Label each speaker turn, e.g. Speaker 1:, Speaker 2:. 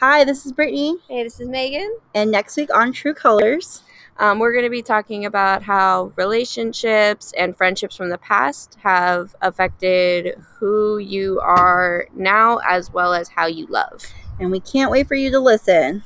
Speaker 1: Hi, this is Brittany,
Speaker 2: Hey, this is Megan.
Speaker 1: and next week on True Colors,
Speaker 2: Um, we're going to be talking about how relationships and friendships from the past have affected who you are now as well as how you love.
Speaker 1: and we can't wait for you to listen.